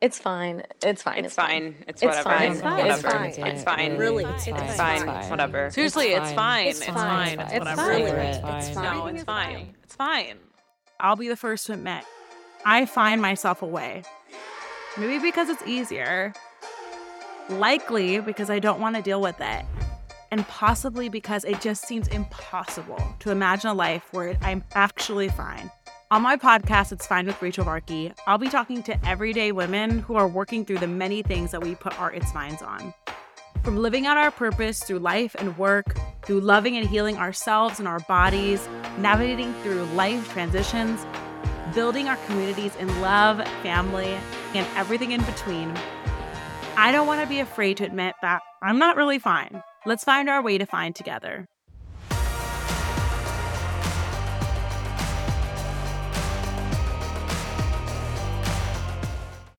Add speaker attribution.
Speaker 1: It's fine. It's fine.
Speaker 2: It's fine.
Speaker 1: It's
Speaker 2: It's whatever.
Speaker 1: fine.
Speaker 2: It's
Speaker 1: It's fine. It's
Speaker 2: whatever.
Speaker 1: fine.
Speaker 2: It's fine.
Speaker 3: Really,
Speaker 2: It's
Speaker 3: it's
Speaker 2: fine. It's
Speaker 3: fine. It's
Speaker 2: fine.
Speaker 3: fine.
Speaker 2: It's whatever.
Speaker 4: Seriously, it's fine. It's
Speaker 3: fine.
Speaker 4: fine. It's
Speaker 3: It's
Speaker 4: whatever.
Speaker 3: fine.
Speaker 4: Over it.
Speaker 3: It's fine.
Speaker 2: No,
Speaker 3: Everything
Speaker 2: it's
Speaker 3: is
Speaker 2: fine.
Speaker 3: fine.
Speaker 2: It's fine.
Speaker 5: I'll be the first to admit, I find myself a way. Maybe because it's easier, likely because I don't want to deal with it, and possibly because it just seems impossible to imagine a life where I'm actually fine. On my podcast, It's Fine with Rachel Varkey, I'll be talking to everyday women who are working through the many things that we put our It's Fines on. From living out our purpose through life and work, through loving and healing ourselves and our bodies, navigating through life transitions, building our communities in love, family, and everything in between, I don't want to be afraid to admit that I'm not really fine. Let's find our way to find together.